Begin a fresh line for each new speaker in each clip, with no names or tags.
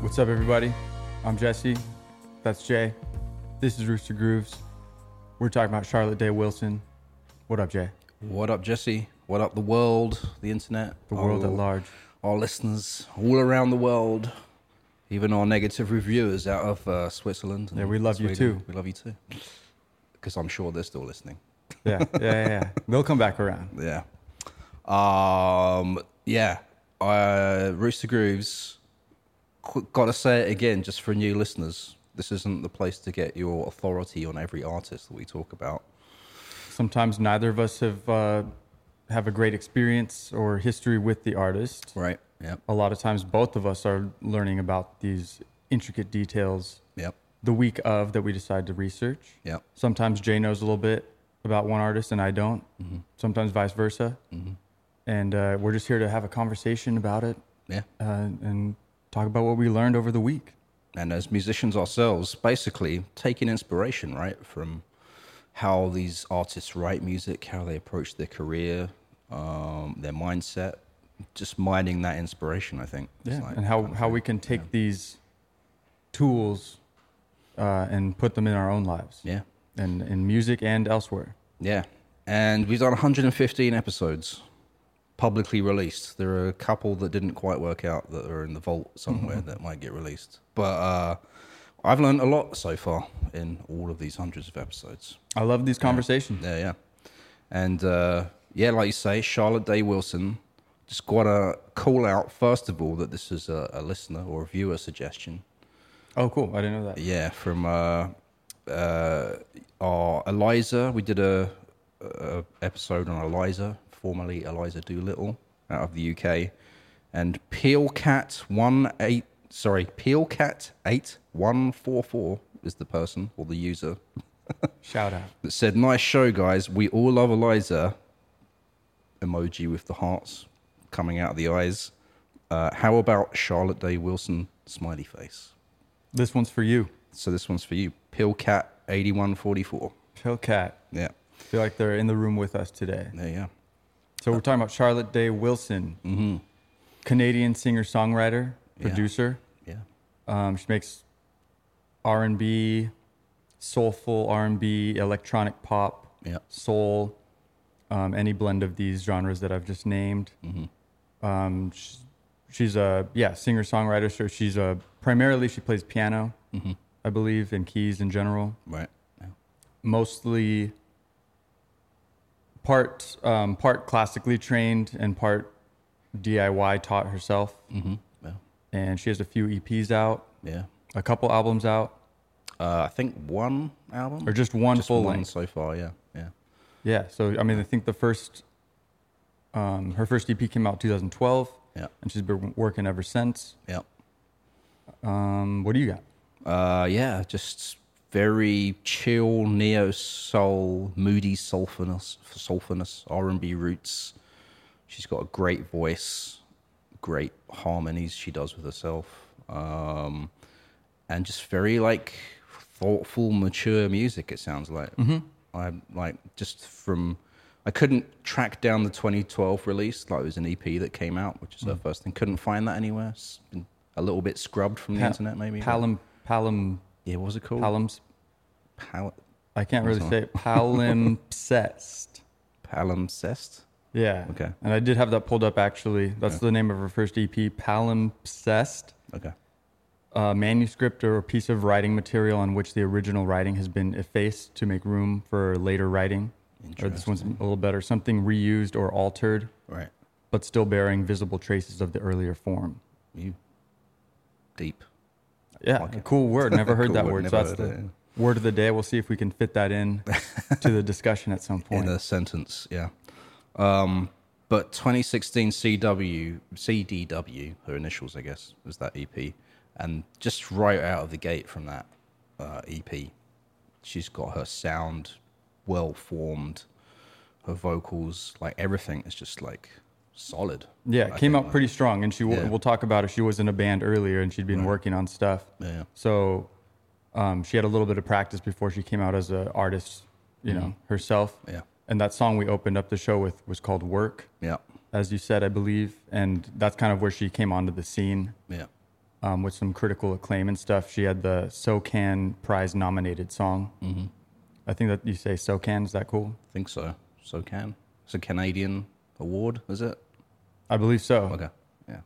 What's up, everybody? I'm Jesse. That's Jay. This is Rooster Grooves. We're talking about Charlotte Day Wilson. What up, Jay?
What up, Jesse? What up, the world, the internet,
The world
Oh.
at large.
our listeners all around the world, even our negative reviewers out of uh, Switzerland. and
Yeah, we love you
Sweden.
too.
We love you too. Because I'm sure they're still listening.
Yeah, yeah, yeah. yeah. They'll come back around.
Yeah. Um, yeah. Uh, Rooster Grooves, qu- gotta say it again just for new listeners. This isn't the place to get your authority on every artist that we talk about.
Sometimes neither of us have uh, have a great experience or history with the artist.
Right. Yep.
A lot of times, both of us are learning about these intricate details
Yep.
the week of that we decide to research.
Yep.
sometimes Jay knows a little bit about one artist and I don't.
Mm-hmm.
Sometimes vice versa. And uh, we're just here to have a conversation about it
Yeah.
uh, and talk about what we learned over the week.
and as musicians ourselves, basically taking inspiration, right, from how these artists write music, how they approach their career, um, their mindset, just mining that inspiration, I think. It's like-
and how, how we can take these uh, tools uh, and put them in our own lives
yeah,
and in music and elsewhere.
yeah. And we've done 115 episodes publicly released. There are a couple that didn't quite work out that are in the vault somewhere that might get released. But uh, I've learned a lot so far in all of these hundreds of episodes.
I love these conversations.
Yeah, yeah. And uh, yeah, like you say, Charlotte Day Wilson. Just got to call out, first of all, that this is a, a listener or a viewer suggestion.
Oh, cool. I didn't know that.
Yeah, from uh, uh, our Eliza. We did a, a episode on Eliza, formerly Eliza Doolittle, out of the UK, and Peelcat one eight. Sorry, Peelcat eight one four four is the person or the user
Shout out.
that said, "Nice show, guys. We all love Eliza." Emoji with the hearts coming out of the eyes. Uh, how about Charlotte Day Wilson smiley face?
This one's for you.
So this one's for you, Pillcat eighty one forty four.
Pillcat.
Yeah,
feel like they're in the room with us today.
there you go.
So we're talking about Charlotte Day Wilson, Canadian singer songwriter,
Mm-hmm. Yeah.
producer.
Yeah,
Um, she makes R and B, soulful R and B, electronic pop,
yeah,
soul, um, any blend of these genres that I've just named.
Mm-hmm.
Um, sh she's a yeah singer songwriter. So she's a primarily she plays piano,
Mm-hmm.
I believe, and keys in general
right. Yeah.
mostly part um, part classically trained and part DIY taught herself.
Mm-hmm. Yeah,
And she has a few EPs out,
yeah.
a couple albums out,
Uh, I think one album
or just one
Just
full
one
length.
so far. Yeah, yeah,
Yeah. So I mean, I think the first um, her first EP came out 2012,
yeah,
and she's been working ever since.
yeah.
Um, what do you got?
Uh, yeah, just very chill neo soul, moody soulfulness, soulfulness R and B roots. She's got a great voice, great harmonies she does with herself, um, and just very like thoughtful, mature music. It sounds like I like just from. I couldn't track down the 2012 release. Like it was an EP that came out, which is her first thing. Couldn't find that anywhere. It's been a little bit scrubbed from the
Pa-
internet, maybe. but-
Palum palum
yeah, what was it called?
palums.
Pal-
I can't
That's
really
all.
say it. palimpsest.
palimpsest?
Yeah.
Okay.
And I did have that pulled up actually. That's the name of her first EP, Palimpsest,
Okay.
a manuscript or a piece of writing material on which the original writing has been effaced to make room for later writing. Or this one's a little better, something reused or altered,
Right.
but still bearing visible traces of the earlier form.
You. Deep.
Yeah,
Like
a
it.
cool word. Never heard
Cool
that
word,
word. So
never
that's the
heard it,
word of the day. We'll see if we can fit that in to the discussion at some point.
In a sentence, yeah. Um, but 2016 CW, CDW, her initials, I guess, was that EP. And just right out of the gate from that uh, EP, she's got her sound well formed, her vocals, like everything is just like solid.
Yeah,
I
it came
think,
out pretty strong, and she w
Yeah.
we'll talk about it. She was in a band earlier, and she'd been working on stuff.
Yeah.
So um, she had a little bit of practice before she came out as an artist, you know, herself.
Mm-hmm. Yeah.
And that song we opened up the show with was called "Work,"
Yeah.
as you said, I believe, and that's kind of where she came onto the scene
Yeah.
um, with some critical acclaim and stuff. She had the SoCan Prize nominated song. Mm-hmm. I think that you say SoCan. Is that cool?
I think so. So can. It's a Canadian award, is it?
I believe so.
Okay. Yeah.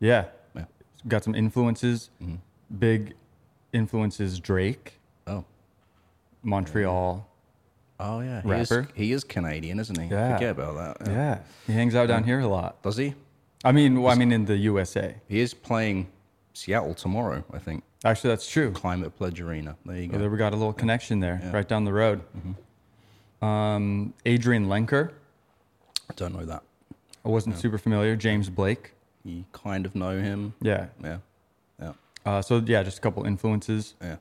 Yeah.
Yeah. Mm-hmm.
Got some influences. Big influences Drake,
Oh.
Montreal.
Oh yeah. He Is,
Rapper.
he is Canadian, isn't he?
Yeah.
Forget about that.
Yeah. He hangs out down here a lot.
Does he?
I mean, well, I mean in the USA.
He is playing Seattle tomorrow, I think.
Actually, that's true.
Climate Pledge Arena. There you go.
So there we got a little connection there, right down the road.
Mm-hmm.
Um, Adrian Lenker,
I don't know that.
I wasn't super familiar. James Blake,
You kind of know him.
yeah.
Yeah. Yeah.
Uh, so yeah, just a couple influences,
Yeah.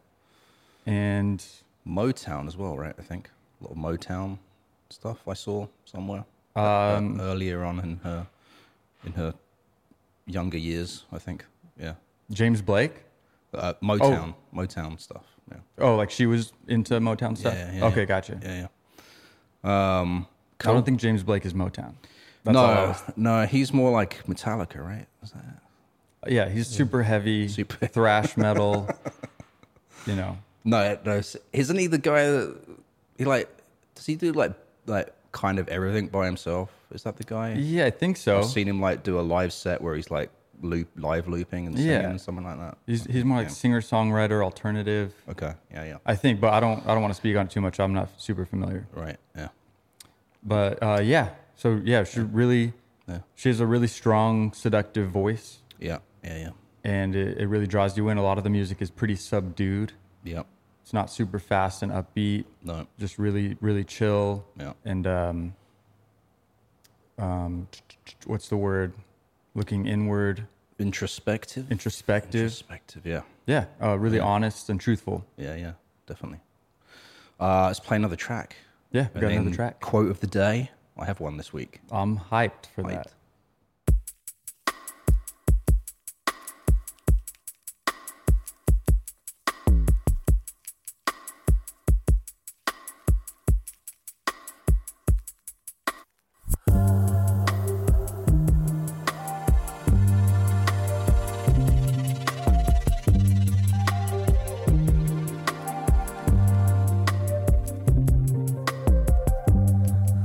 and
Motown as well, right? I think a lot of Motown stuff I saw somewhere uh, earlier on in her in her younger years. I think, yeah,
James Blake.
uh, Motown, Motown stuff. Yeah,
Oh, like she was into Motown stuff.
Yeah, yeah,
okay,
yeah.
gotcha.
yeah, yeah. Um,
I don't think James Blake is Motown. That's all I
no,
was-
no, he's more like Metallica, right? Is that it?
yeah, he's super heavy,
Super-
thrash metal. you know,
No, no, s- isn't he the guy that he like? Does he do like like kind of everything by himself? Is that the guy?
yeah, I think so.
I've seen him like do a live set where he's like loop live looping and singing
Yeah.
and something like that.
He's he's more like
Yeah.
singer songwriter alternative.
Okay. Yeah. Yeah.
I think, but I don't I don't want to speak on it too much. I'm not super familiar.
Right. Yeah.
But uh, yeah, so yeah, she really
Yeah.
she has a really strong seductive voice,
Yeah. Yeah. Yeah.
and it, it really draws you in. A lot of the music is pretty subdued.
Yeah.
It's not super fast and upbeat.
No.
Just really really chill.
Yeah.
And um, um, what's the word? Looking inward,
Introspective.
introspective.
Introspective. Yeah.
Yeah, uh, really honest and truthful.
Yeah. Yeah. Definitely. Uh, let's play another track.
Yeah, we
And
got another
then
track.
Quote of the day. I have one this week.
I'm hyped for
Hyped.
that.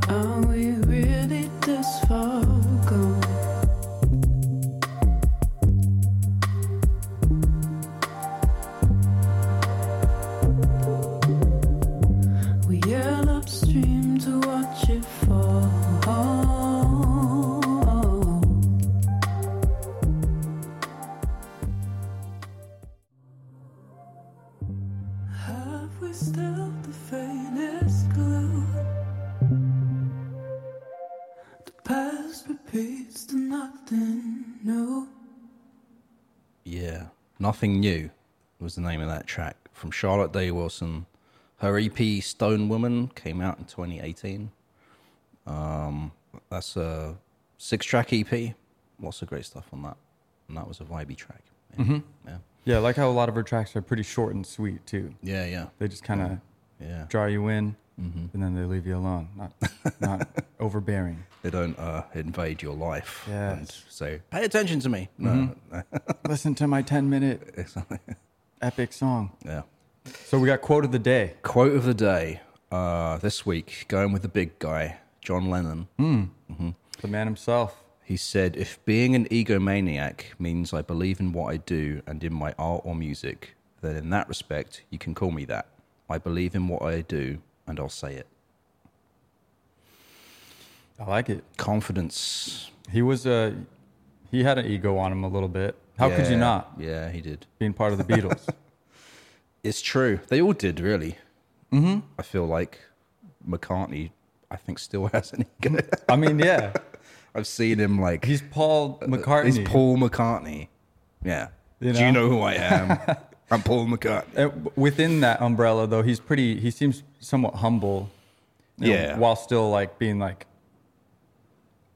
Are we really this far gone? We yell upstream to watch it fall. Have we still the faintest clue? The past repeats to nothing new.
Yeah. Nothing New was the name of that track from Charlotte Day Wilson. Her EP Stone Woman came out in 2018. Um, that's a six track EP. Lots of great stuff on that. And that was a vibey track. Yeah.
Mm-hmm.
Yeah.
Yeah, I like how a lot of her tracks are pretty short and sweet too.
Yeah. Yeah.
They just kind of
Yeah.
draw you in,
Mm-hmm.
and then they leave you alone. Not not overbearing.
They don't uh, invade your life.
Yes. Mm-hmm.
And say, pay attention to me. No.
Listen to my ten minute epic song.
Yeah.
So we got quote of the day.
Quote of the day uh, this week going with the big guy, John Lennon.
The man himself.
He said, If being an egomaniac means I believe in what I do and in my art or music, then in that respect, you can call me that. I believe in what I do and I'll say it.
I like it.
Confidence.
He was a he had an ego on him a little bit. How could you
Yeah.
not
Yeah, he did.
being part of the Beatles?
It's true. They all did, really. Mm-hmm. I feel like McCartney, I think, still has an ego.
I mean, yeah,
I've seen him like.
he's Paul McCartney.
Uh, He's Paul McCartney. Yeah.
You
Do you
know?
know who I am? I'm Paul McCartney.
Uh, within that umbrella, though, he's pretty. He seems somewhat humble. you know,
Yeah.
while still like being like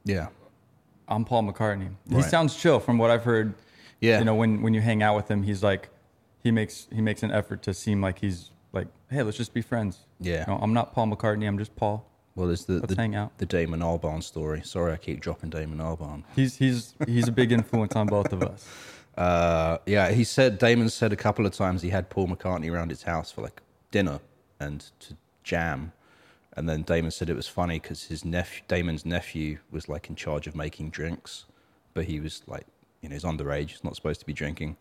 Yeah.
I'm Paul McCartney. He
Right.
sounds chill from what I've heard.
Yeah.
You know, when, when you hang out with him, he's like he makes he makes an effort to seem like he's like, hey, let's just be friends.
Yeah.
You know, I'm not Paul McCartney, I'm just Paul.
Well, there's the the,
hang out.
the Damon Albarn story. Sorry, I keep dropping Damon Albarn.
He's he's he's a big influence on both of us.
Uh, yeah, he said Damon said a couple of times he had Paul McCartney around his house for like dinner and to jam, and then Damon said it was funny because his nephew Damon's nephew was like in charge of making drinks, but he was like you know he's underage, he's not supposed to be drinking,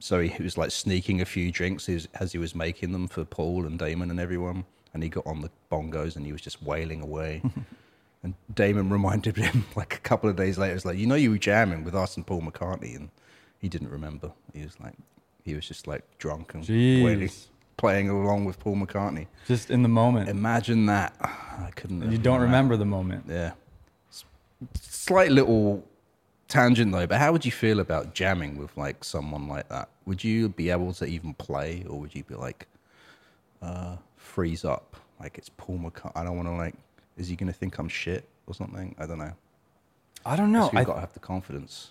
so he, he was like sneaking a few drinks as, as he was making them for Paul and Damon and everyone, and he got on the bongos and he was just wailing away. And Damon reminded him like a couple of days later, it's like, you know, you were jamming with us and Paul McCartney. And he didn't remember. He was like, he was just like drunk and
Jeez.
wailing- playing along with Paul McCartney.
Just in the moment.
Imagine that. I couldn't.
you don't
that.
remember the moment.
Yeah. S- Slight little tangent though, but how would you feel about jamming with like someone like that? Would you be able to even play, or would you be like uh, freeze up? Like it's Paul McCartney. I don't want to like. Is he going to think I'm shit or something? I don't know.
I don't
No,
know.
you've
I,
got to have the confidence.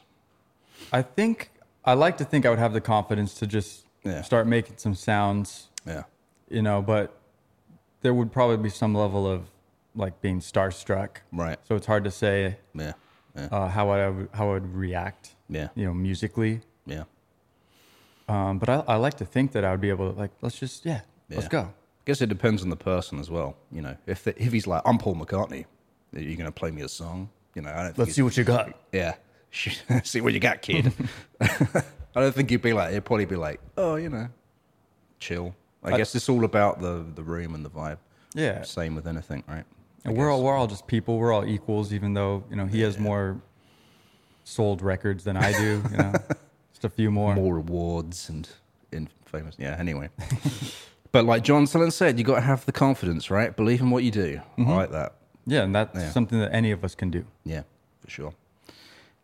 I think I like to think I would have the confidence to just
Yeah.
start making some sounds,
Yeah.
you know, but there would probably be some level of like being starstruck.
Right.
So it's hard to say
Yeah. Yeah.
uh, how I would, how I would react,
Yeah.
you know, musically.
Yeah.
Um, but I, I like to think that I would be able to like, let's just, yeah, let's
Yeah.
go.
I guess it depends on the person as well. You know, if the, if he's like, I'm Paul McCartney, are you going to play me a song? You know, I don't. Think
Let's
he's-
see what you got.
Yeah. See what you got, kid. I don't think you'd be like, it'd probably be like, oh, you know, chill. I, guess it's all about the, the room and the vibe.
Yeah.
Same with anything, right? I
And we're
guess.
all we're all just people. We're all equals, even though you know he has more sold records than I do. You know, just a few more.
more awards and in famous. Yeah, anyway. but like John Selen said, you got to have the confidence, right? Believe in what you do. I like that.
Yeah, and that's
Yeah.
something that any of us can do.
Yeah, for sure.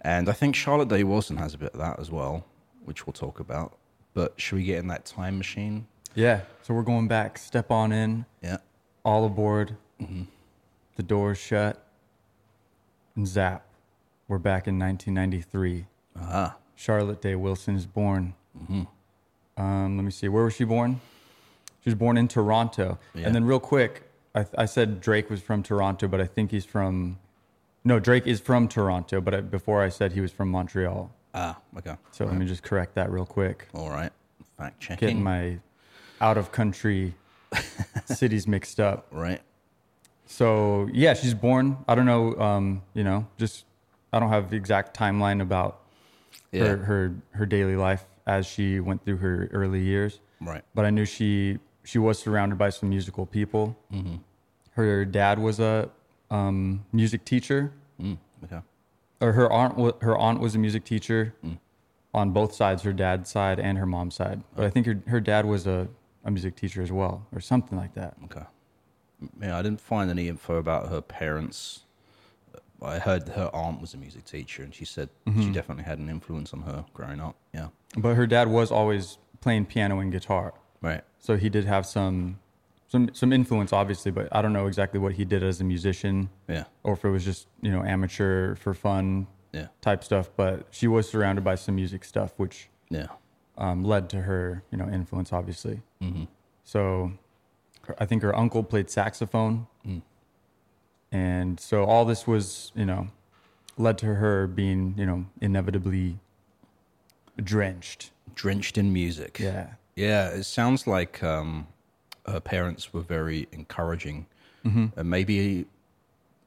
And I think Charlotte Day Wilson has a bit of that as well, which we'll talk about. But should we get in that time machine?
Yeah. So we're going back. Step on in.
Yeah.
All aboard.
Mm-hmm.
The doors shut. And zap. We're back in 1993.
Ah, Mm-hmm.
Charlotte Day Wilson is born. Um, let me see. Where was she born? She was born in Toronto.
Yeah.
And then, real quick, I, I said Drake was from Toronto, but I think he's from. No, Drake is from Toronto, but I, before I said he was from Montreal.
ah, okay.
So let me just correct that real quick.
All right. Fact checking.
Getting my out of country cities mixed up.
right.
So yeah, she's born. I don't know. Um, you know, just I don't have the exact timeline about
Yeah.
her, her her daily life as she went through her early years.
Right.
But I knew she she was surrounded by some musical people. Her dad was a um, music teacher,
Mm, okay.
or her aunt wa- her aunt was a music teacher on both sides, her dad's side and her mom's side. But I think her her dad was a a music teacher as well, or something like that.
Okay. Yeah, I didn't find any info about her parents. I heard her aunt was a music teacher, and she said
Mm-hmm.
she definitely had an influence on her growing up. Yeah.
But her dad was always playing piano and guitar.
Right.
so he did have some some some influence obviously but i don't know exactly what he did as a musician
Yeah.
or if it was just you know amateur for fun
Yeah.
type stuff but she was surrounded by some music stuff which
Yeah.
um, led to her you know influence obviously so her, i think her uncle played saxophone and so all this was you know led to her being you know inevitably drenched
Drenched in music.
yeah
Yeah, it sounds like um, her parents were very encouraging
Mm-hmm.
and maybe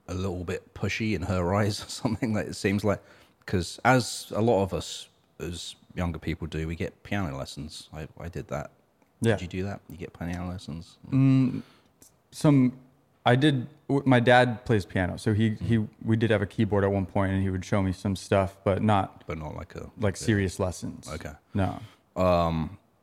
a little bit pushy in her eyes or something. Like it seems like because as a lot of us as younger people do, we get piano lessons. I, I did that.
yeah Mm.
Did you do that? You get piano lessons.
some i did w- my dad plays piano so he he we did have a keyboard at one point and he would show me some stuff but not
but not like a
like serious lessons
Okay.
no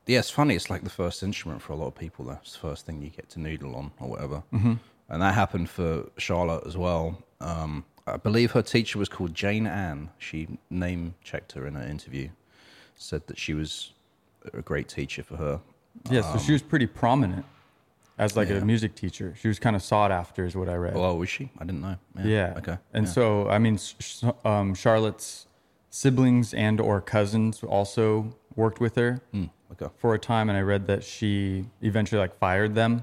yeah, it's funny. It's like the first instrument for a lot of people. That's the first thing you get to noodle on or whatever. Mm-hmm. And that happened for Charlotte as well. Um, I believe her teacher was called Jane Ann. She name checked her in her interview, said that she was a great teacher for her.
yeah so she was pretty prominent as like
Um, Yeah.
a music teacher she was kind of sought after is what i read
Oh, was she? I didn't know. Yeah.
yeah
Okay.
and
Yeah.
so i mean s- s- um, charlotte's siblings and or cousins also worked with her
Mm, okay.
for a time and i read that she eventually like fired them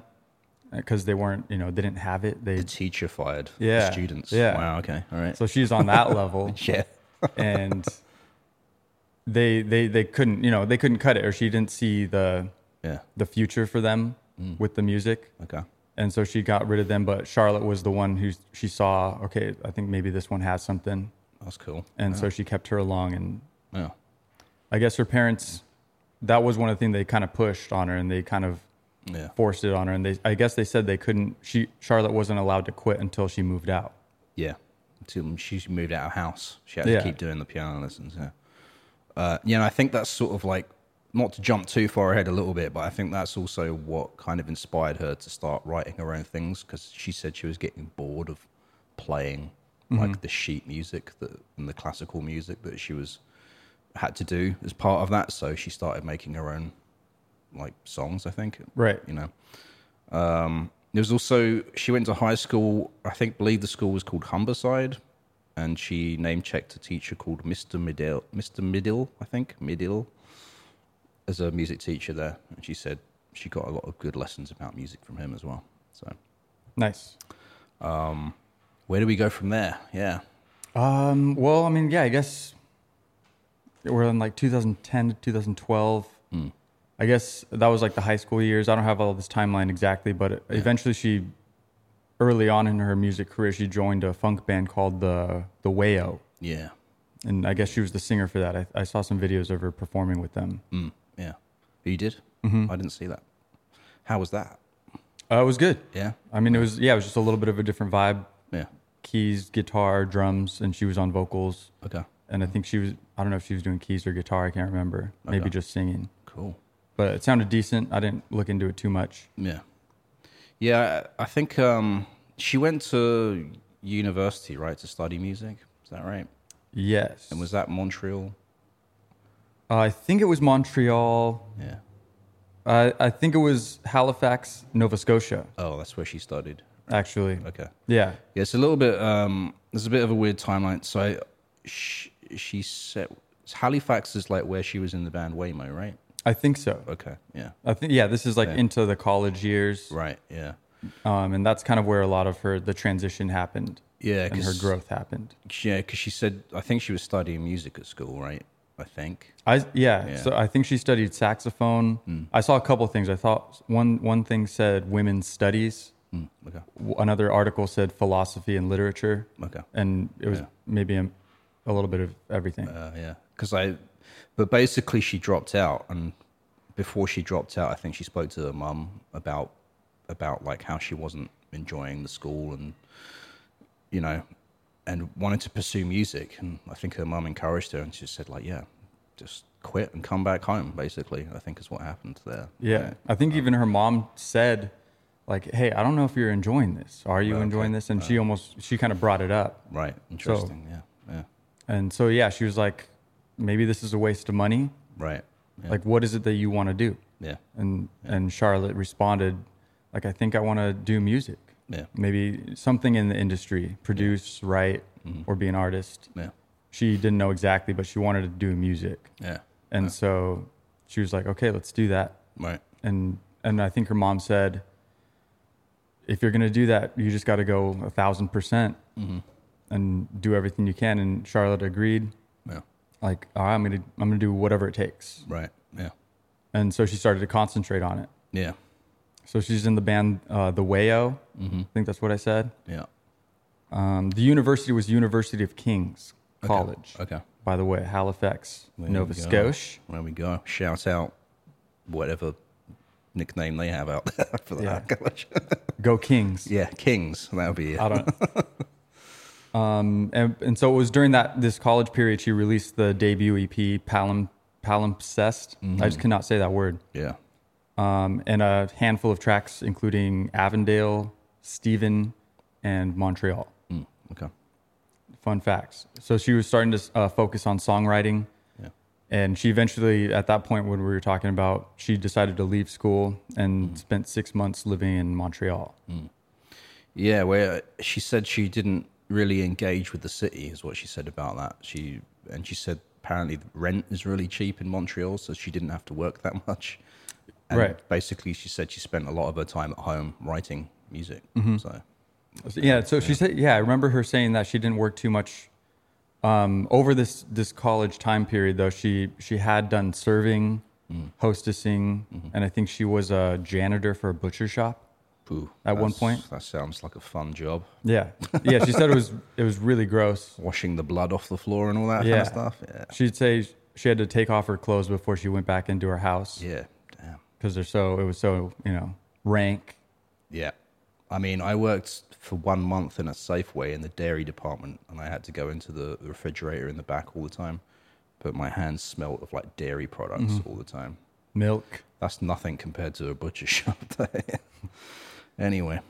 because they weren't you know they didn't have it they
The teacher fired
Yeah.
the students.
Yeah.
Wow. Okay. All right.
so she's on that level
yeah.
and they they they couldn't you know they couldn't cut it or she didn't see the
Yeah.
the future for them with the music
Okay.
and so she got rid of them but charlotte was the one who she saw okay i think maybe this one has something
That's cool.
and so she kept her along and
Yeah.
i guess her parents that was one of the things they kind of pushed on her and they kind of
Yeah.
forced it on her and they i guess they said they couldn't she charlotte wasn't allowed to quit until she moved out
Yeah. Until she moved out of house. She had to
Yeah.
keep doing the piano lessons. Yeah. Uh, you know, I think that's sort of like, not to jump too far ahead a little bit, but I think that's also what kind of inspired her to start writing her own things because she said she was getting bored of playing like the sheet music that, and the classical music that she was had to do as part of that. So she started making her own like songs, I think.
Right.
You know. Um, there was also she went to high school. I think believe the school was called Humberside, and she name checked a teacher called Mr. Middle, Mr. Middle, I think Middle, as a music teacher there. And she said she got a lot of good lessons about music from him as well. So
nice
where do we go from there? Yeah,
Um, well, I mean, yeah, I guess we're in like 2010 to 2012. I guess that was like the high school years. I don't have all this timeline exactly, but eventually she, early on in her music career, she joined a funk band called the the Wayo,
yeah,
and I guess she was the singer for that. I, I saw some videos of her performing with them.
mm, yeah. You did? I didn't see that. How was that?
Uh, it was good.
Yeah,
I mean, it was yeah, it was just a little bit of a different vibe:
yeah.
keys, guitar, drums, and she was on vocals.
Okay,
And I think she was, I don't know if she was doing keys or guitar, I can't remember. Maybe
Okay.
just singing.
cool.
but it sounded decent. I didn't look into it too much.
Yeah. Yeah, I I think um, she went to university, right, to study music. Is that right?
Yes,
And was that Montreal?
uh, I think it was Montreal.
Yeah.
Uh, I think it was Halifax, Nova Scotia,
Oh, that's where she studied.
actually.
Okay.
Yeah,
Yeah, it's a little bit. Um, there's a bit of a weird timeline. So she, she said Halifax is like where she was in the band Waymo, right?
I think so.
Okay. Yeah.
I think yeah, this is like into the college years,
Right. Yeah.
um, and that's kind of where a lot of her the transition happened
Yeah.
and her growth happened.
Yeah, because she said I think she was studying music at school, right? I think.
I yeah,
Yeah. Mm.
so I think she studied saxophone. I saw a couple things. I thought one one thing said women's studies.
Mm, okay.
W- Another article said philosophy and literature.
Okay.
and it was
Yeah.
maybe a, a little bit of everything.
Uh, yeah, because I, but basically she dropped out, and before she dropped out, I think she spoke to her mum about about like how she wasn't enjoying the school, and you know, and wanted to pursue music. And I think her mum encouraged her, and she said like, yeah, just quit and come back home. Basically, I think is what happened there.
yeah, I
Uh,
think even her mom said, like, "Hey, I don't know if you're enjoying this. Are you
Well, okay. Uh.
enjoying this?" And she almost she kind of brought it up,
Right. Interesting. yeah. Yeah.
and so yeah, she was like, "Maybe this is a waste of money.
Right. Yeah.
Like, what is it that you want to do?"
yeah.
And and Charlotte responded, like, "I think I want to do music.
Yeah.
Maybe something in the industry, produce, write,
Mm-hmm.
or be an artist."
Yeah.
She didn't know exactly, but she wanted to do music.
Yeah.
And so she was like, okay, let's do that.
Right.
And and I think her mom said, if you're gonna do that, you just got to go a thousand percent
Mm-hmm.
and do everything you can. And Charlotte agreed,
Yeah.
like, all right, I'm gonna I'm gonna do whatever it takes.
Right. Yeah.
And so she started to concentrate on it.
Yeah.
So she's in the band uh, The Wayo.
Mm-hmm.
I think that's what I said.
Yeah.
Um, the university was University of Kings
Okay.
College,
Okay.
by the way, Halifax,
There
Nova
we go.
Scotia.
There we go. Shout out whatever nickname they have out there for that
Yeah.
college.
Go Kings.
yeah, Kings. That would be it.
I don't. um, and, and so it was during that this college period she released the debut EP Palim, Palimpsest. I just cannot say that word.
Yeah.
Um, and a handful of tracks, including Avondale, Stephen, and Montreal.
Mm, okay.
Fun facts. So she was starting to uh, focus on songwriting,
Yeah.
and she eventually, at that point, when we were talking about, she decided to leave school and spent six months living in Montreal.
Yeah, where she said she didn't really engage with the city is what she said about that. She and she said apparently rent is really cheap in Montreal, so she didn't have to work that much. And
Right.
Basically, she said she spent a lot of her time at home writing music. So
Mm-hmm. Yeah, so she said, yeah, I remember her saying that she didn't work too much Um, over this this college time period, though, she she had done serving,
Mm.
hostessing,
Mm-hmm.
and I think she was a janitor for a butcher shop.
Boo.
At one
That's-
point?
That sounds like a fun job.
Yeah, yeah. She said it was it was really gross.
Washing the blood off the floor and all that kind
Yeah.
of stuff. Yeah.
She'd say she had to take off her clothes before she went back into her house
Yeah. Damn.
because they're so it was so you know rank.
Yeah. I mean, I worked for one month in a Safeway in the dairy department, and I had to go into the the refrigerator in the back all the time. But my hands smelt of like dairy products all the time.
milk.
That's nothing compared to a butcher shop. anyway,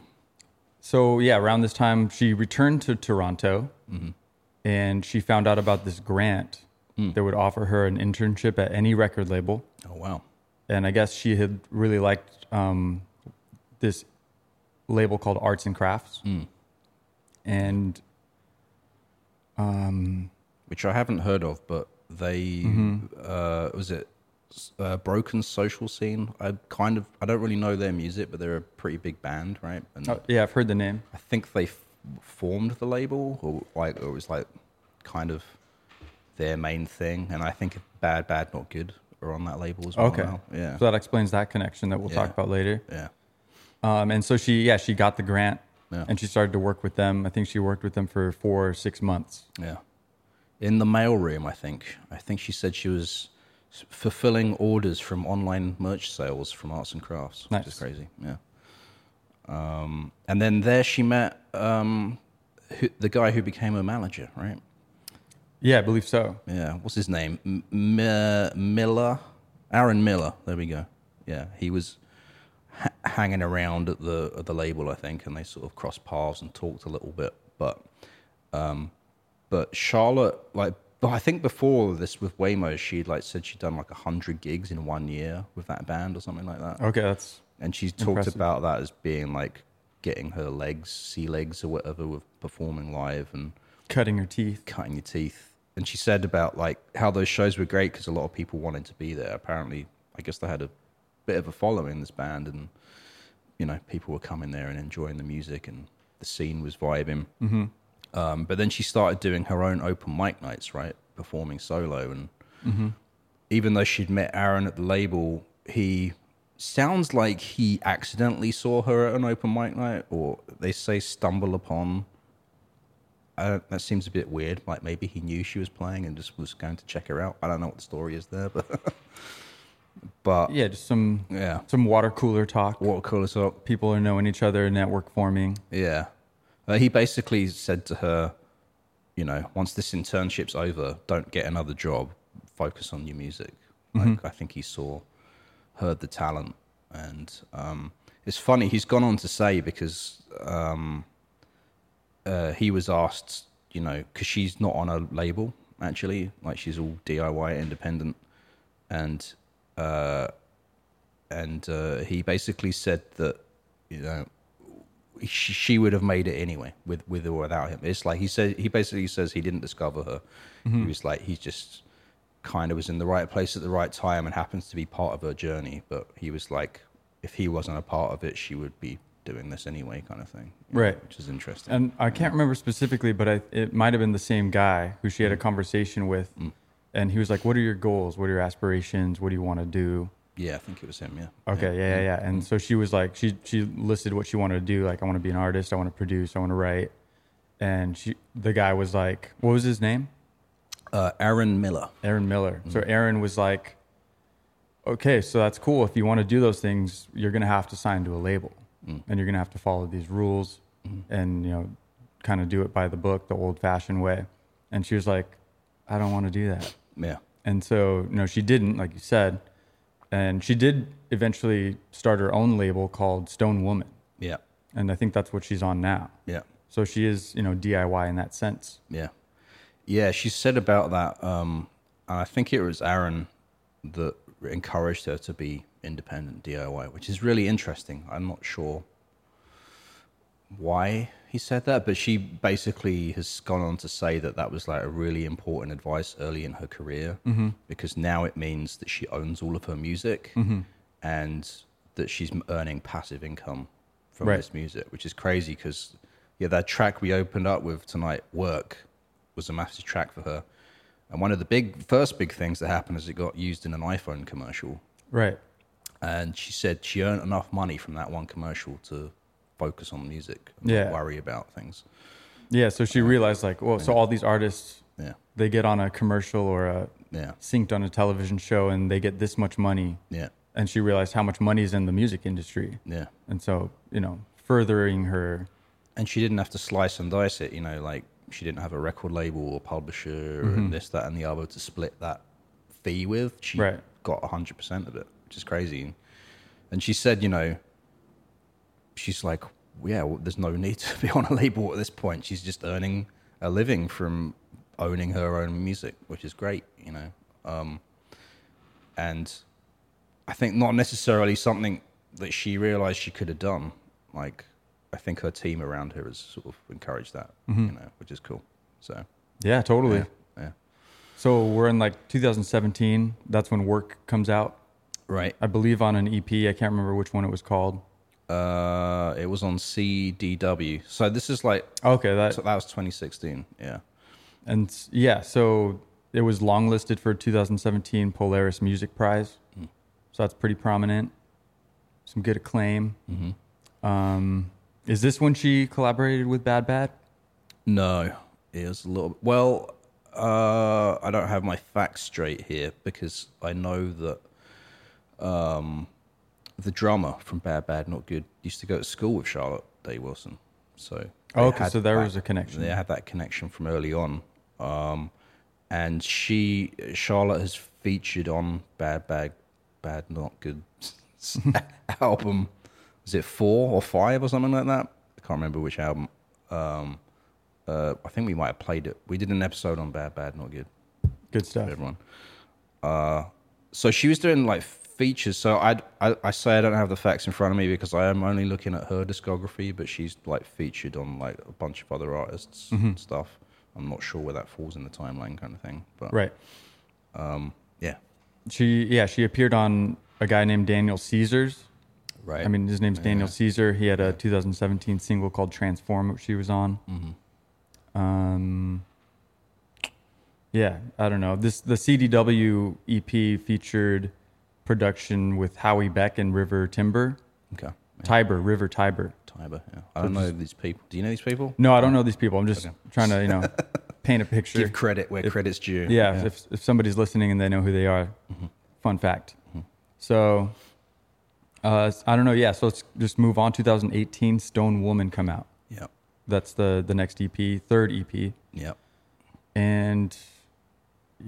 So yeah, around this time she returned to Toronto,
Mm-hmm.
and she found out about this grant
Mm.
that would offer her an internship at any record label.
oh wow,
And I guess she had really liked um, this label called Arts and Crafts,
Mm.
and
which I haven't heard of, but they uh, was it uh, Broken Social Scene. I kind of I don't really know their music, but they're a pretty big band, right? And
oh, yeah, I've heard the name.
I think they f- formed the label, or like or it was like kind of their main thing. And I think Bad Bad Not Good are on that label as well.
Okay,
now. Oh, yeah,
So that explains that connection that we'll
Yeah.
talk about later.
yeah,
Um, and so she, yeah, she got the grant,
Yeah.
and she started to work with them. I think she worked with them for four or six months.
yeah. In the mailroom, I think I think she said she was s- fulfilling orders from online merch sales from Arts and Crafts, which is
Nice.
crazy. Yeah. Um, and then there she met um, who, the guy who became her manager, right?
Yeah, I believe so.
Yeah, what's his name? M- Mi- Miller, Aaron Miller. There we go. Yeah, he was ha- hanging around at the at the label, I think, and they sort of crossed paths and talked a little bit. But, um, but Charlotte, like, but I think before this with Waymo, she'd like said she'd done like hundred gigs in one year with that band or something like that
Okay, that's
and she's talked
Impressive.
about that as being like getting her legs, sea legs or whatever, with performing live and
cutting her teeth.
cutting your teeth. And she said about like how those shows were great because a lot of people wanted to be there. Apparently, I guess they had a bit of a following this band, and you know people were coming there and enjoying the music, and the scene was vibing. Mm-hmm. Um, but then she started doing her own open mic nights, right, performing solo. And even though she'd met Aaron at the label, he sounds like he accidentally saw her at an open mic night, or they say stumble upon. I don't, that seems a bit weird. Like maybe he knew she was playing and just was going to check her out. I don't know what the story is there, but but
Yeah, just some
yeah,
some water cooler talk.
watercolor talk.
People are knowing each other, network forming.
Yeah. Uh, he basically said to her, you know, once this internship's over, don't get another job. Focus on your music. Like, I think he saw, heard the talent. And um, it's funny, he's gone on to say because um, uh, he was asked, you know, because she's not on a label, actually. Like, she's all DIY independent. And uh, and uh, he basically said that you know she, she would have made it anyway with with or without him. It's like he said he basically says he didn't discover her.
Mm-hmm.
He was like he just kind of was in the right place at the right time and happens to be part of her journey. But he was like if he wasn't a part of it, she would be doing this anyway, kind of thing.
Right.
which is interesting.
And I can't remember specifically, but I, it might have been the same guy who she had a conversation with, and he was like, "What are your goals? What are your aspirations? What do you want to do?"
yeah, I think it was him. Yeah.
Okay, yeah, yeah, yeah. And so she was like, she she listed what she wanted to do. Like, I want to be an artist. I want to produce. I want to write. And she, the guy was like, "What was his name?"
Uh, Aaron Miller.
Aaron Miller. So Aaron was like, okay, so that's cool. If you want to do those things, you're going to have to sign to a label and you're going to have to follow these rules and, you know, kind of do it by the book, the old fashioned way. And she was like, I don't want to do that.
Yeah.
And so, no, she didn't, like you said. And she did eventually start her own label called Stone Woman.
Yeah.
And I think that's what she's on now.
Yeah.
So she is, you know, DIY in that sense.
Yeah. Yeah, she said about that. Um, and I think it was Aaron that encouraged her to be independent DIY, which is really interesting. I'm not sure why he said that, but she basically has gone on to say that that was like a really important advice early in her career because now it means that she owns all of her music and that she's m- earning passive income from
Right.
this music, which is crazy because yeah, that track we opened up with tonight, work, was a massive track for her. And one of the big first big things that happened is it got used in an iPhone commercial.
Right.
And she said she earned enough money from that one commercial to focus on music, and
Yeah.
not worry about things.
Yeah. So she realized like, well, so all these artists,
Yeah,
they get on a commercial or a
yeah,
synced on a television show and they get this much money.
yeah,
And she realized how much money is in the music industry.
yeah.
And so, you know, furthering her.
and she didn't have to slice and dice it you know like she didn't have a record label or publisher and this that and the other to split that fee with she
Right.
got 100% of it which is crazy and she said you know she's like yeah well, there's no need to be on a label at this point she's just earning a living from owning her own music which is great you know um, and I think not necessarily something that she realized she could have done. Like, I think her team around her has sort of encouraged that, you know, which is cool. So,
Yeah, totally.
yeah, yeah.
So we're in like 2017. That's when Work comes out.
right.
I believe on an EP. I can't remember which one it was called.
Uh, it was on CDW. So this is like
Okay, that
so that was 2016. Yeah,
and s- yeah, so it was longlisted for 2017 Polaris Music Prize. So that's pretty prominent. Some good acclaim. Um, is this when she collaborated with Bad Bad?
no, it was a little. Well, uh, I don't have my facts straight here because I know that um, the drummer from Bad Bad Not Good used to go to school with Charlotte Day Wilson. So they
Oh, okay,
had
so there
that-
was a connection.
They had that connection from early on. Um, and she, Charlotte, has featured on Bad Bad Bad Not Good album. Was it four or five or something like that? I can't remember which album. Um, uh, I think we might have played it. We did an episode on Bad Bad Not Good
Good stuff.
everyone. Uh, so she was doing like features. So I'd, I I say I don't have the facts in front of me because I am only looking at her discography, but she's like featured on like a bunch of other artists
Mm-hmm.
and stuff. I'm not sure where that falls in the timeline kind of thing, but
Right.
yeah,
She yeah, she appeared on a guy named Daniel Caesars.
right.
I mean, his name's Daniel Caesar. He had a 2017 single called Transform, which she was on.
Mm-hmm.
Um, yeah, I don't know. This the CDW EP E featured production with Howie Beck and River Timber,
okay,
Tiber, River Tiber.
Tiber. Yeah. I don't know these people. Do you know these people?
No, I don't know these people. I'm just trying to you know paint a picture.
Give credit where credit's due.
yeah, If, if somebody's listening and they know who they are
Mm-hmm.
fun fact so uh, i don't know yeah so let's just move on 2018 stone woman come out
yeah,
that's the the next ep third ep
yeah.
and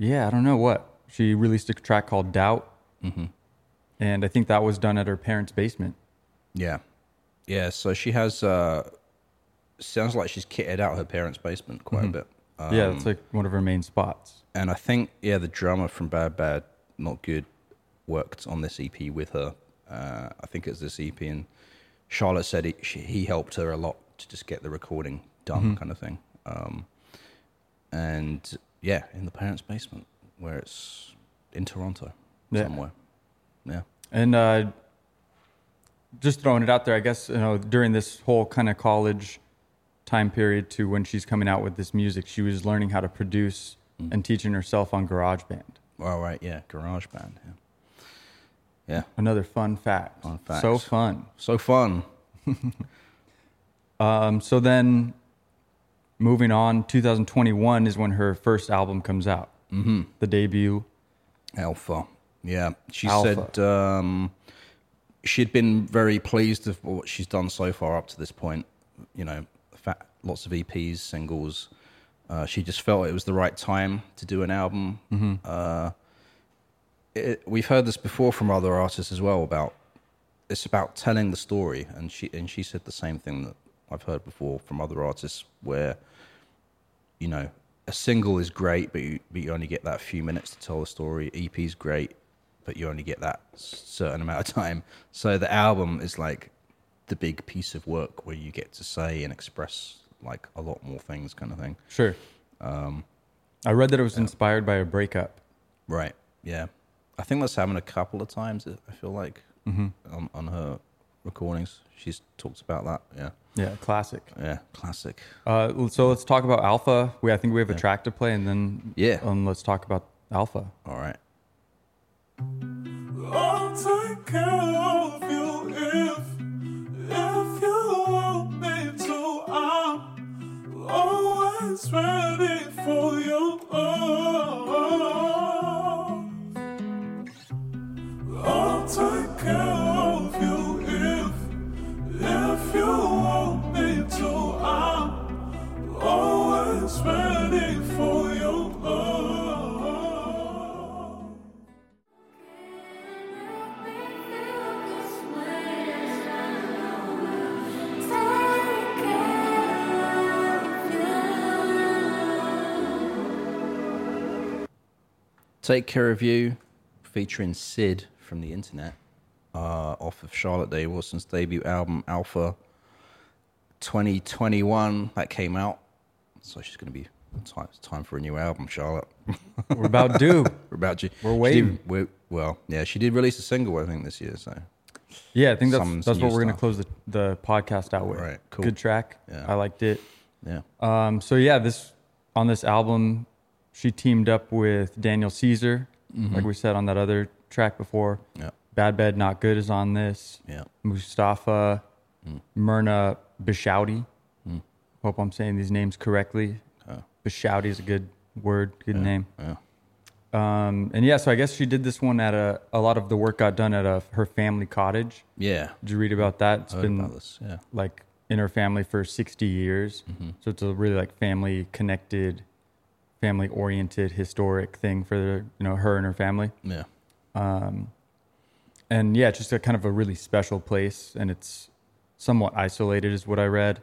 yeah i don't know what she released a track called doubt
Mm-hmm.
and i think that was done at her parents basement
Yeah. Yeah, so she has uh sounds like she's kitted out her parents' basement quite a bit. Um,
Mm-hmm. yeah that's like one of her main spots
and I think yeah, the drummer from Bad Bad Not Good worked on this EP with her. Uh, I think it's this EP, and Charlotte said he, she, he helped her a lot to just get the recording done,
Mm-hmm.
kind of thing. Um, and yeah, in the parents' basement, where it's in Toronto
Yeah.
somewhere. Yeah,
And uh, just throwing it out there, I guess you know during this whole kind of college time period to when she's coming out with this music, she was learning how to produce
Mm.
and teaching herself on GarageBand.
all right, yeah, Garage Band. Yeah, yeah,
Another fun fact.
Fun fact.
So fun.
so fun.
Um, so then, moving on, 2021 is when her first album comes out. Mm-hmm. The debut.
Alpha. Yeah. She
Alpha.
said um, she'd been very pleased with what she's done so far up to this point. You know, fat, lots of EPs, singles. Uh, she just felt it was the right time to do an album. Uh, it, we've heard this before from other artists as well about it's about telling the story, and she and she said the same thing that I've heard before from other artists where you know, a single is great, but you, but you only get that few minutes to tell the story. EP is great, but you only get that s- certain amount of time. So the album is like the big piece of work where you get to say and express like a lot more things, kind of thing.
Sure. Um, I read that it was inspired by a breakup.
Right. Yeah. I think that's happened a couple of times. I feel like on, on her recordings. She's talked about that. Yeah,
Yeah, classic.
yeah, classic.
Uh, so let's talk about Alpha. We I think we have a track to play, and then
Yeah.
um, let's talk about Alpha.
All right.
I'll take care of you if if you want me to. I'm always ready for you. I'll take care of you if if you want me to. I'm always ready for you.
Take Care of You, featuring Sid from the internet, uh, off of Charlotte Day Wilson's debut album Alpha 2021. That came out. So she's going to be time, it's time for a new album, Charlotte.
We're about due.
We're about you.
We're
She
waiting.
did, we- well, yeah, she did release a single, I think, this year. So
Yeah, I think that's
Some-
that's
some
what
new
we're gonna
stuff.
close the, the podcast out with.
Right, cool.
Good track.
Yeah.
I liked it.
yeah,
Um, so yeah, this on this album, she teamed up with Daniel Caesar,
Mm-hmm.
like we said on that other track before.
yeah,
Bad Bad Not Good is on this.
yeah. Mm.
Mustafa, Myrna Bishouti. Hope I'm saying these names correctly.
Oh.
Bishouti is a good word, good name.
yeah.
Um, and yeah, so I guess she did this one at a. A lot of the work got done at a, her family cottage.
Yeah.
Did you read about that? It's
Heard
been
about this, Yeah.
like in her family for 60 years. So it's a really like family connected, family oriented, historic thing for the, you know her and her family.
Yeah.
And yeah, it's just a kind of a really special place, and it's somewhat isolated, is what I read.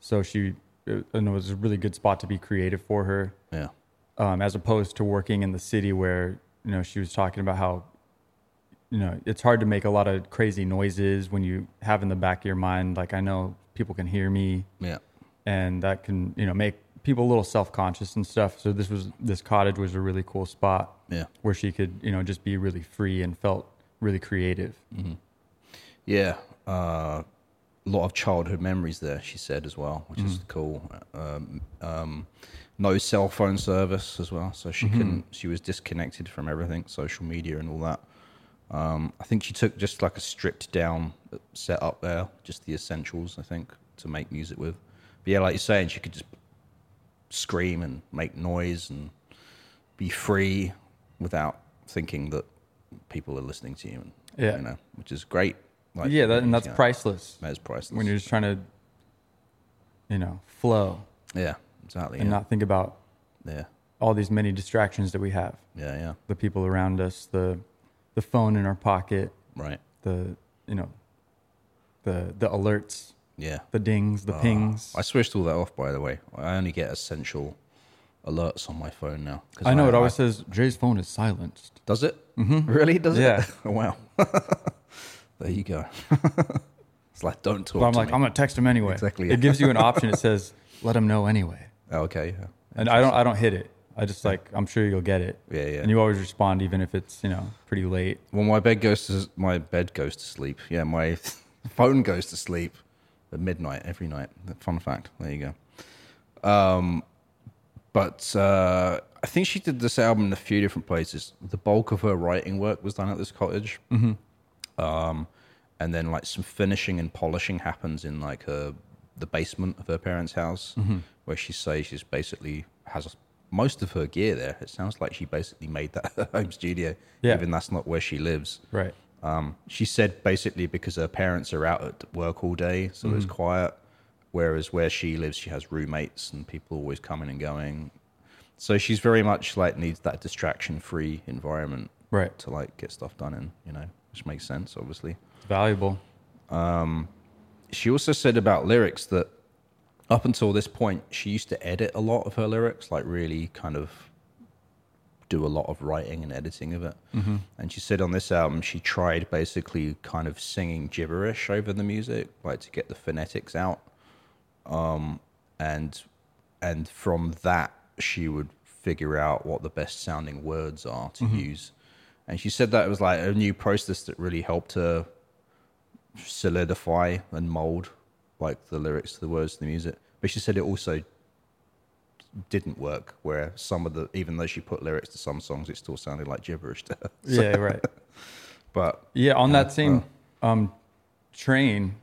So she, it- and it was a really good spot to be creative for her,
Yeah.
um, as opposed to working in the city where you know she was talking about how. You know, it's hard to make a lot of crazy noises when you have in the back of your mind, like, I know people can hear me,
Yeah.
and that can you know make people a little self-conscious and stuff so this was this cottage was a really cool spot
Yeah.
where she could you know just be really free and felt really creative
Yeah, a uh, lot of childhood memories there. She said as well, which
Hmm.
is cool. Um, um, no cell phone service as well, so she
Hmm.
couldn't. She was disconnected from everything, social media and all that. Um, I think she took just like a stripped down setup there, just the essentials. I think to make music with. But yeah, like you're saying, she could just scream and make noise and be free without thinking that people are listening to you. And,
Yeah.
you know, which is great. Like,
yeah that, and that's
yeah,
priceless
That is priceless.
when you're just trying to you know flow
yeah, exactly.
and
yeah.
not think about
yeah,
all these many distractions that we have
yeah, yeah.
the people around us the the phone in our pocket
Right.
the you know the the alerts
Yeah.
the dings
Ah,
the pings
I switched all that off, by the way. I only get essential alerts on my phone now. 'cause
i know it always
I-
says jay's phone is silenced
does it. Mm-hmm. Really? Does
Yeah.
it? Yeah. wow. there you go. it's like don't talk.
But I'm
to
like,
me.
I'm gonna text him anyway.
Exactly, yeah.
It gives you an option. It says, let him know anyway.
Oh, okay. Yeah.
And I don't, I don't hit it. I just like, I'm sure you'll get it.
Yeah, yeah.
And you always respond, even if it's you know pretty late.
Well, my bed goes to my bed goes to sleep. Yeah, my phone goes to sleep at midnight every night. Fun fact. There you go. Um, but uh, I think she did this album in a few different places. The bulk of her writing work was done at this cottage, mm-hmm. um, and then like some finishing and polishing happens in like her the basement of her parents' house, where she says she's basically has most of her gear there. It sounds like she basically made that her home studio,
Yeah.
even that's not where she lives.
Right.
Um, she said basically because her parents are out at work all day, so it's quiet. Whereas where she lives, she has roommates and people always coming and going. So she's very much like needs that distraction-free environment
Right.
to like get stuff done in, you know, which makes sense, obviously
It's valuable.
she also said about lyrics that up until this point she used to edit a lot of her lyrics like really kind of do a lot of writing and editing of it and she said on this album she tried basically kind of singing gibberish over the music like to get the phonetics out Um, and and from that she would figure out what the best sounding words are to use and she said that it was like a new process that really helped her solidify and mold like the lyrics to the words to the music. But she said it also didn't work, where some of the even though she put lyrics to some songs, it still sounded like gibberish to her.
Yeah, right.
But
Yeah, on that same um, train,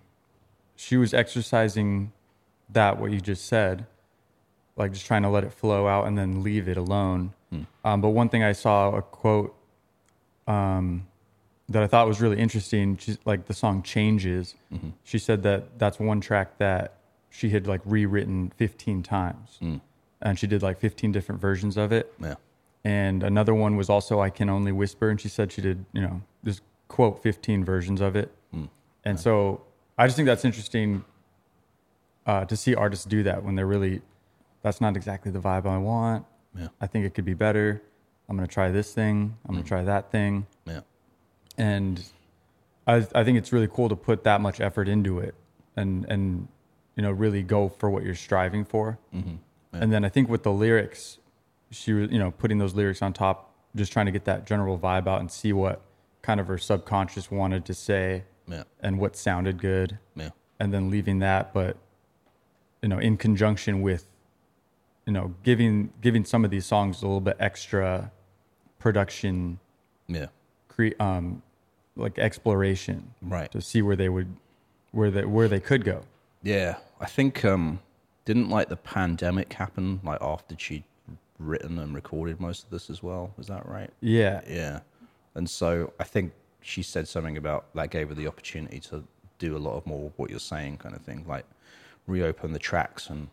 she was exercising that what you just said, like just trying to let it flow out and then leave it alone. Um, but one thing I saw a quote um, that I thought was really interesting. She's like the song "Changes." She said that that's one track that she had like rewritten 15 times, and she did like 15 different versions of it
yeah,
and another one was also I Can Only Whisper, and she said she did, you know, just quote 15 versions of it. And so I just think that's interesting uh, to see artists do that when they're really, that's not exactly the vibe I want.
Yeah.
I think it could be better. I'm going to try this thing. I'm going to try that thing.
yeah,
And I, I think it's really cool to put that much effort into it and, and, you know, really go for what you're striving for. And then I think with the lyrics, she was, you know, putting those lyrics on top, just trying to get that general vibe out and see what kind of her subconscious wanted to say
yeah,
and what sounded good.
yeah,
And then leaving that, but, you know, in conjunction with, you know, giving, giving some of these songs a little bit extra production,
yeah.
cre- um, like exploration
Right.
to see where they would, where they, where they could go.
Yeah, I think um, didn't like the pandemic happen like after she'd written and recorded most of this as well. Is that right?
Yeah.
Yeah, and so I think she said something about that gave her the opportunity to do a lot of more of what you're saying kind of thing, like reopen the tracks and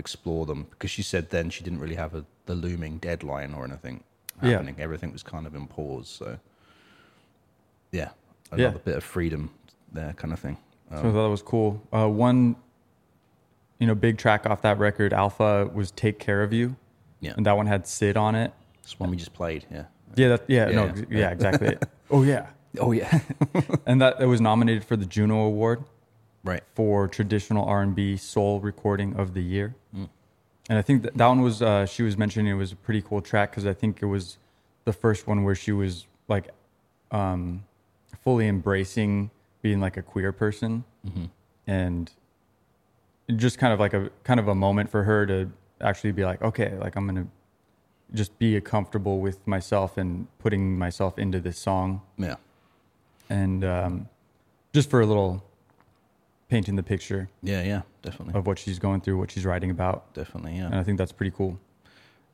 explore them because she said then she didn't really have a, the looming deadline or anything
Yeah.
happening. Everything was kind of in pause, so yeah,
Yeah.
another bit of freedom there, kind of thing.
So I thought that was cool. Uh, one, you know, big track off that record, Alpha, was "Take Care of You,"
Yeah,
and that one had Sid on it.
It's one we just played. Yeah.
Yeah, that, yeah,
Yeah,
no,
yeah.
ex- yeah, exactly. it. oh yeah,
Oh yeah.
and that it was nominated for the Juno Award
right.
for traditional R and B soul recording of the year. And I think that, that one was uh, she was mentioning it was a pretty cool track because I think it was the first one where she was like um, fully embracing being like a queer person and just kind of like a kind of a moment for her to actually be like okay like I'm gonna just be comfortable with myself and putting myself into this song
Yeah.
and um, just for a little painting the picture
Yeah. Yeah. Definitely.
of what she's going through, what she's writing about,
Definitely. Yeah.
and I think that's pretty cool.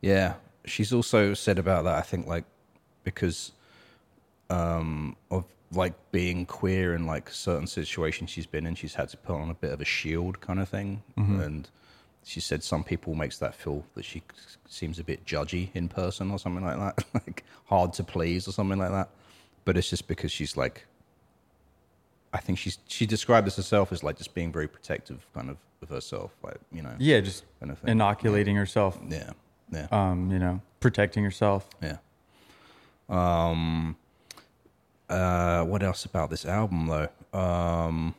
Yeah, she's also said about that. I think like because um, of like being queer and like certain situations she's been in, she's had to put on a bit of a shield kind of thing. And she said some people makes that feel that she seems a bit judgy in person or something like that, like hard to please or something like that. But it's just because she's like, I think she's she described this herself as like just being very protective kind of of herself, like you know,
Yeah, just
Kind of thing.
inoculating herself,
yeah, yeah.
um, you know, protecting herself.
Yeah. Um. Uh. What else about this album though? Um.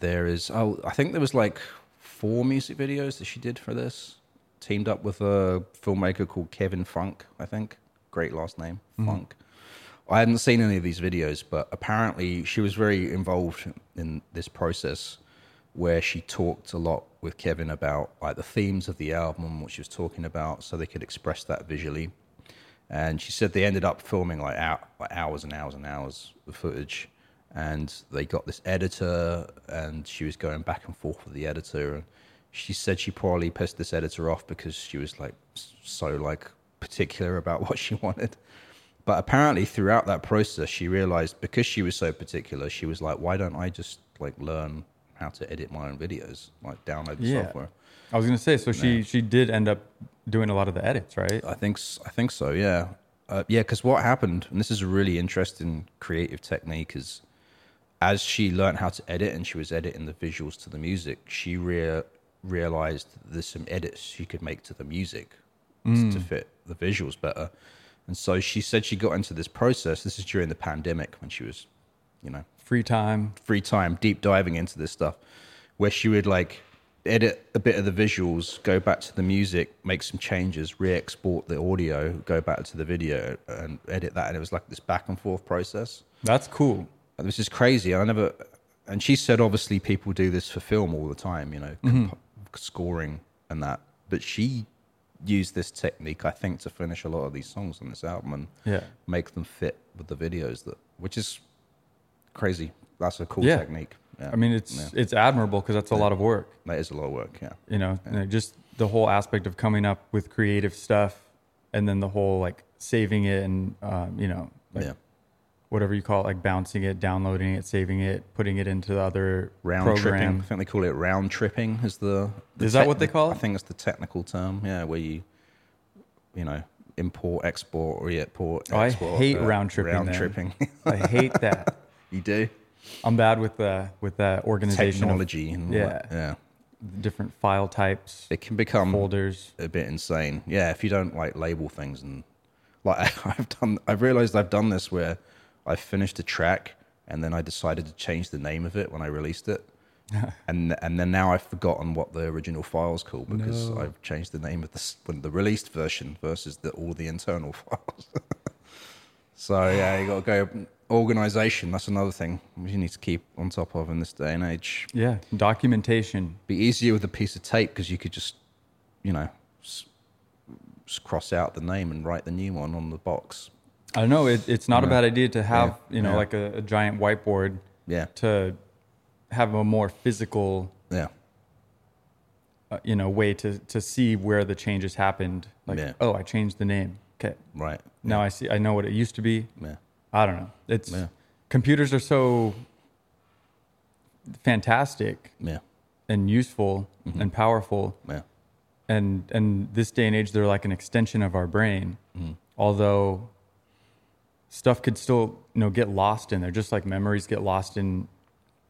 There is. Oh, I think there was like four music videos that she did for this. Teamed up with a filmmaker called Kevin Funk. I think great last name Funk. I hadn't seen any of these videos, but apparently she was very involved in this process where she talked a lot with Kevin about like the themes of the album, what she was talking about, so they could express that visually. And she said they ended up filming like, hou- like hours and hours and hours of footage. And they got this editor, and she was going back and forth with the editor. And she said she probably pissed this editor off because she was like s- so like particular about what she wanted. But apparently, throughout that process, she realized because she was so particular, she was like, "Why don't I just like learn how to edit my own videos? Like download the
Yeah.
software."
I was gonna say, so she she did end up doing a lot of the edits, right?
I think s- I think so. Yeah, uh, yeah. Because what happened, and this is a really interesting creative technique, is as she learned how to edit and she was editing the visuals to the music, she rea- realized that there's some edits she could make to the music t- to fit the visuals better. And so she said she got into this process. This is during the pandemic when she was, you know,
Free time.
free time deep diving into this stuff where she would like edit a bit of the visuals go back to the music make some changes re-export the audio go back to the video and edit that and it was like this back and forth process
That's cool.
And This is crazy. I never. And she said, obviously, people do this for film all the time, you know,
Mm-hmm.
comp- scoring and that. But she used this technique, I think, to finish a lot of these songs on this album and
Yeah.
make them fit with the videos that, which is crazy. That's a cool
Yeah.
technique. Yeah.
I mean, it's it's admirable because that's a lot of work.
that is a lot of work. Yeah.
you know, you know, just the whole aspect of coming up with creative stuff and then the whole like saving it and um, you know like
yeah.
whatever you call it like bouncing it downloading it saving it putting it into the other
round tripping. I
program
think they call it round tripping. Is the, the
Is that what they call
I
it?
think it's the technical term. Yeah, where you, you know, import, export, re-export.
Oh, I
export, uh,
hate round tripping
Round
then.
tripping.
i hate that
you do
i'm bad with the with that organization of
technology and all that.
yeah.
yeah.
different file types
It can become
folders
a bit insane. Yeah, if you don't like label things and like I've done, I've realized I've done this where I finished a track and then I decided to change the name of it when I released it, and and then now I've forgotten what the original file's called because I've changed the name of the s- when the released version versus the, all the internal files. so yeah, you got to go organization. That's another thing you need to keep on top of in this day and age
yeah documentation
be easier with a piece of tape because you could just, you know, s- s- cross out the name and write the new one on the box.
i don't know it, it's not a bad idea to have
Yeah.
you know
Yeah.
like a, a giant whiteboard
Yeah,
to have a more physical
yeah,
uh, you know way to to see where the changes happened like
Yeah.
oh i changed the name okay
right.
now i see i know what it used to be
Yeah,
i don't know it's
Yeah.
computers are so fantastic
yeah,
and useful
Mm-hmm.
and powerful
yeah,
and and this day and age they're like an extension of our brain
Mm-hmm.
although stuff could still you know get lost in there just like memories get lost in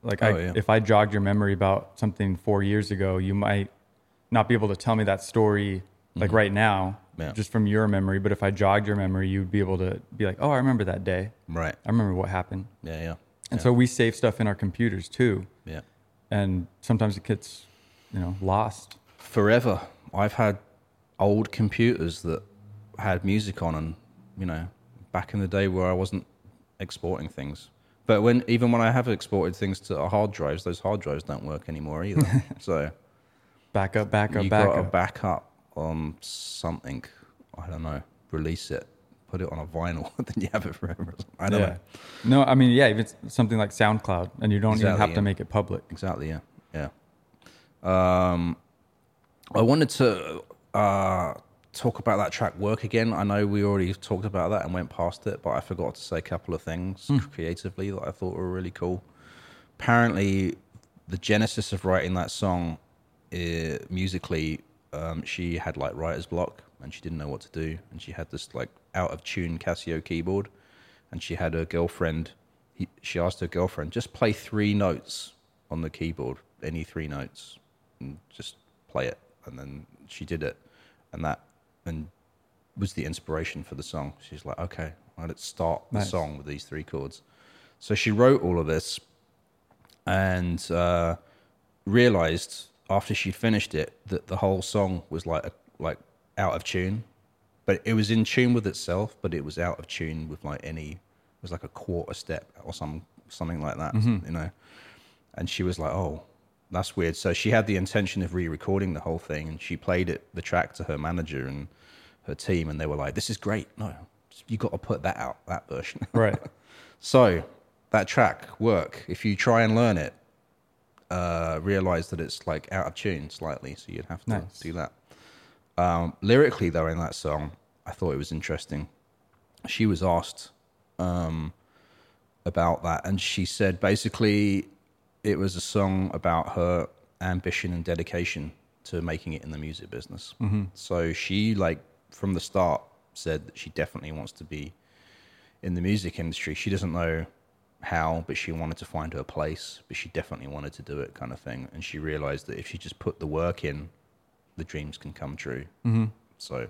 like
Oh,
I,
yeah.
if i jogged your memory about something four years ago you might not be able to tell me that story like right now
Mm-hmm. Yeah.
just from your memory but if i jogged your memory you'd be able to be like oh i remember that day
right.
i remember what happened
Yeah, yeah,
and so we save stuff in our computers too
yeah.
and sometimes it gets you know lost
Forever. I've had old computers that had music on, and you know, back in the day where I wasn't exporting things. But when even when I have exported things to hard drives, those hard drives don't work anymore either. so
back up back up
you
back
got to
up
back up on something. I don't know. Release it, put it on a vinyl, then you have it forever. I don't know.
No, I mean, yeah, if it's something like SoundCloud, and you don't even
Exactly,
have
yeah.
to make it public.
Exactly. Yeah. Yeah. Um, I wanted to uh, talk about that track "Work" again. I know we already talked about that and went past it, but I forgot to say a couple of things
Hmm.
creatively that I thought were really cool. Apparently, the genesis of writing that song, eh, musically, um, she had like writer's block and she didn't know what to do, and she had this like out of tune Casio keyboard, and she had her girlfriend. He, she asked her girlfriend, "Just play three notes on the keyboard, any three notes, and just play it." And then she did it, and that and was the inspiration for the song. She's like, "Okay, well, let's start the
Nice.
song with these three chords." So she wrote all of this, and uh, realized after she finished it that the whole song was like a, like out of tune, but it was in tune with itself, but it was out of tune with like any it was like a quarter step or some something like that, you know. And she was like, "Oh, that's weird." So she had the intention of re-recording the whole thing, and she played it the track to her manager and her team, and they were like, "This is great. No, you got to put that out that version."
Right.
So that track work. If you try and learn it, uh, realize that it's like out of tune slightly, so you'd have to
Nice.
do that. Um, lyrically, though, in that song, I thought it was interesting. She was asked um, about that, and she said basically it was a song about her ambition and dedication to making it in the music business. So she, like, from the start, said that she definitely wants to be in the music industry. She doesn't know how, but she wanted to find her place, but she definitely wanted to do it, kind of thing. And she realized that if she just put the work in, the dreams can come true. Mm-hmm. So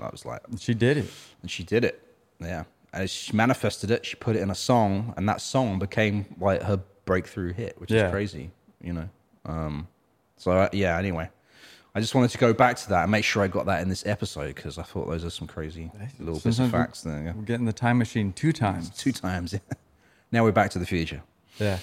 I was like,
She did it.
and she did it. Yeah. And she manifested it. She put it in a song, and that song became like her breakthrough hit, which
Yeah.
is crazy, you know. Um, so uh, yeah. Anyway, I just wanted to go back to that and make sure I got that in this episode because I thought those are some crazy little bits of
Sometimes we-
facts there. Yeah.
We're getting the time machine two times.
Two times. Yeah. Now we're back to the future.
Yeah.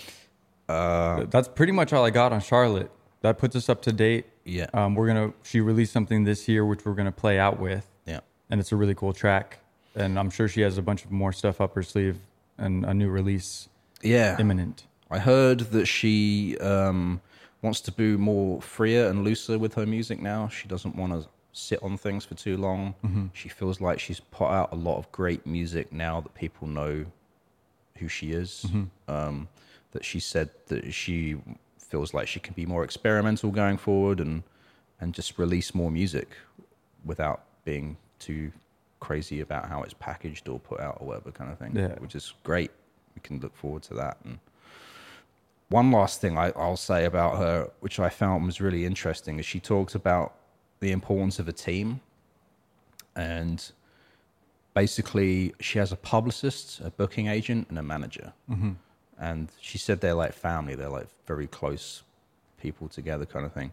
Uh,
Th- That's pretty much all I got on Charlotte. That puts us up to date.
Yeah.
Um, we're gonna she released something this year which we're gonna play out with,
Yeah.
and it's a really cool track. And I'm sure she has a bunch of more stuff up her sleeve and a new release
Yeah.
imminent.
I heard that she um, wants to be more freer and looser with her music now. She doesn't want to sit on things for too long. She feels like she's put out a lot of great music now that people know who she is. Um, that she said that she feels like she can be more experimental going forward and and just release more music without being too crazy about how it's packaged or put out or whatever kind of thing.
Yeah.
Which is great. We can look forward to that and one last thing I, I'll say about her, which I found was really interesting, is she talked about the importance of a team. And basically, she has a publicist, a booking agent, and a manager. And she said they're like family, they're like very close people together, kind of thing.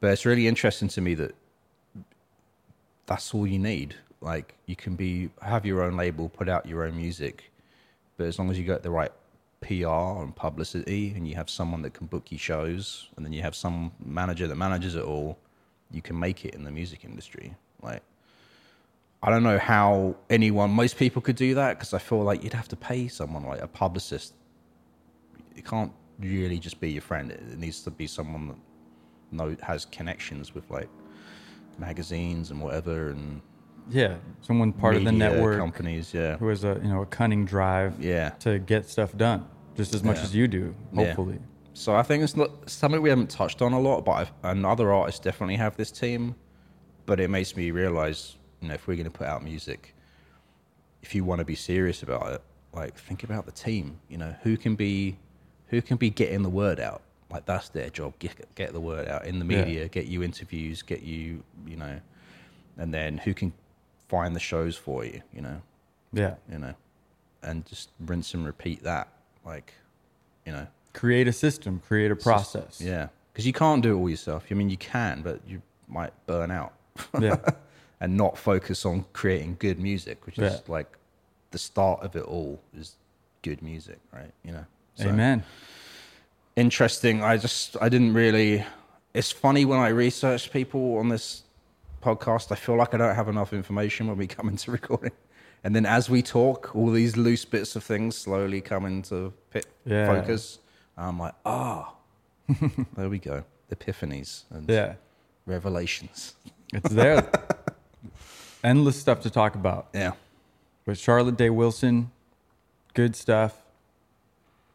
But it's really interesting to me that that's all you need. Like, you can be have your own label, put out your own music, but as long as you get the right PR and publicity and you have someone that can book your shows and then you have some manager that manages it all, you can make it in the music industry. Like, I don't know how anyone, most people could do that because I feel like you'd have to pay someone like a publicist. It can't really just be your friend. It it needs to be someone that know, has connections with like magazines and whatever and
Yeah, someone part of the
media
network
companies. Yeah.
who has a you know a cunning drive
Yeah.
to get stuff done, just as much
Yeah.
as you do,
Yeah.
hopefully.
So I think it's not something we haven't touched on a lot, but I've, and other artists definitely have this team. But it makes me realize, you know, if we're going to put out music, if you want to be serious about it, like think about the team. You know, who can be, who can be getting the word out. Like that's their job. Get, get the word out in the
Yeah.
media. Get you interviews. Get you, you know, and then who can find the shows for you. You know,
Yeah.
you know, and just rinse and repeat that. Like, you know,
Create a system, create a process.
yeah, because you can't do it all yourself. I mean, you can, but you might burn out
Yeah.
and not focus on creating good music, which is
Yeah.
like the start of it all is good music, right? You know. So,
Amen.
Interesting. I just I didn't really. It's funny when I research people on this podcast. I feel like I don't have enough information when we come into recording. And then as we talk, all these loose bits of things slowly come into pit
Yeah.
focus. I'm like, ah, there we go. Epiphanies and
Yeah.
revelations.
It's there. Endless stuff to talk about.
Yeah.
But Charlotte Day Wilson, good stuff.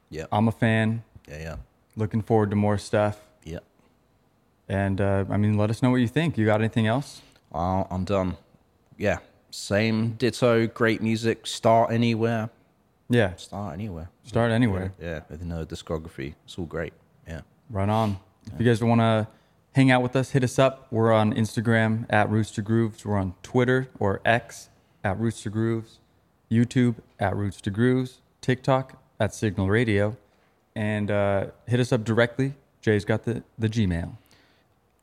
Yeah.
I'm a fan.
Yeah. Yeah.
Looking forward to more stuff.
Yeah.
And uh, I mean, let us know what you think. You got anything else?
Uh, I'm done. Yeah. Same ditto. Great music. Start anywhere.
Yeah.
Start anywhere.
Start anywhere.
Yeah. With no discography. It's all great. Yeah.
Run on. If you guys want to hang out with us, hit us up. We're on Instagram at Rooster Grooves. We're on Twitter or X at Rooster Grooves, YouTube at Rooster Grooves, TikTok at Signal Radio, and uh, hit us up directly. Jay's got the, the Gmail.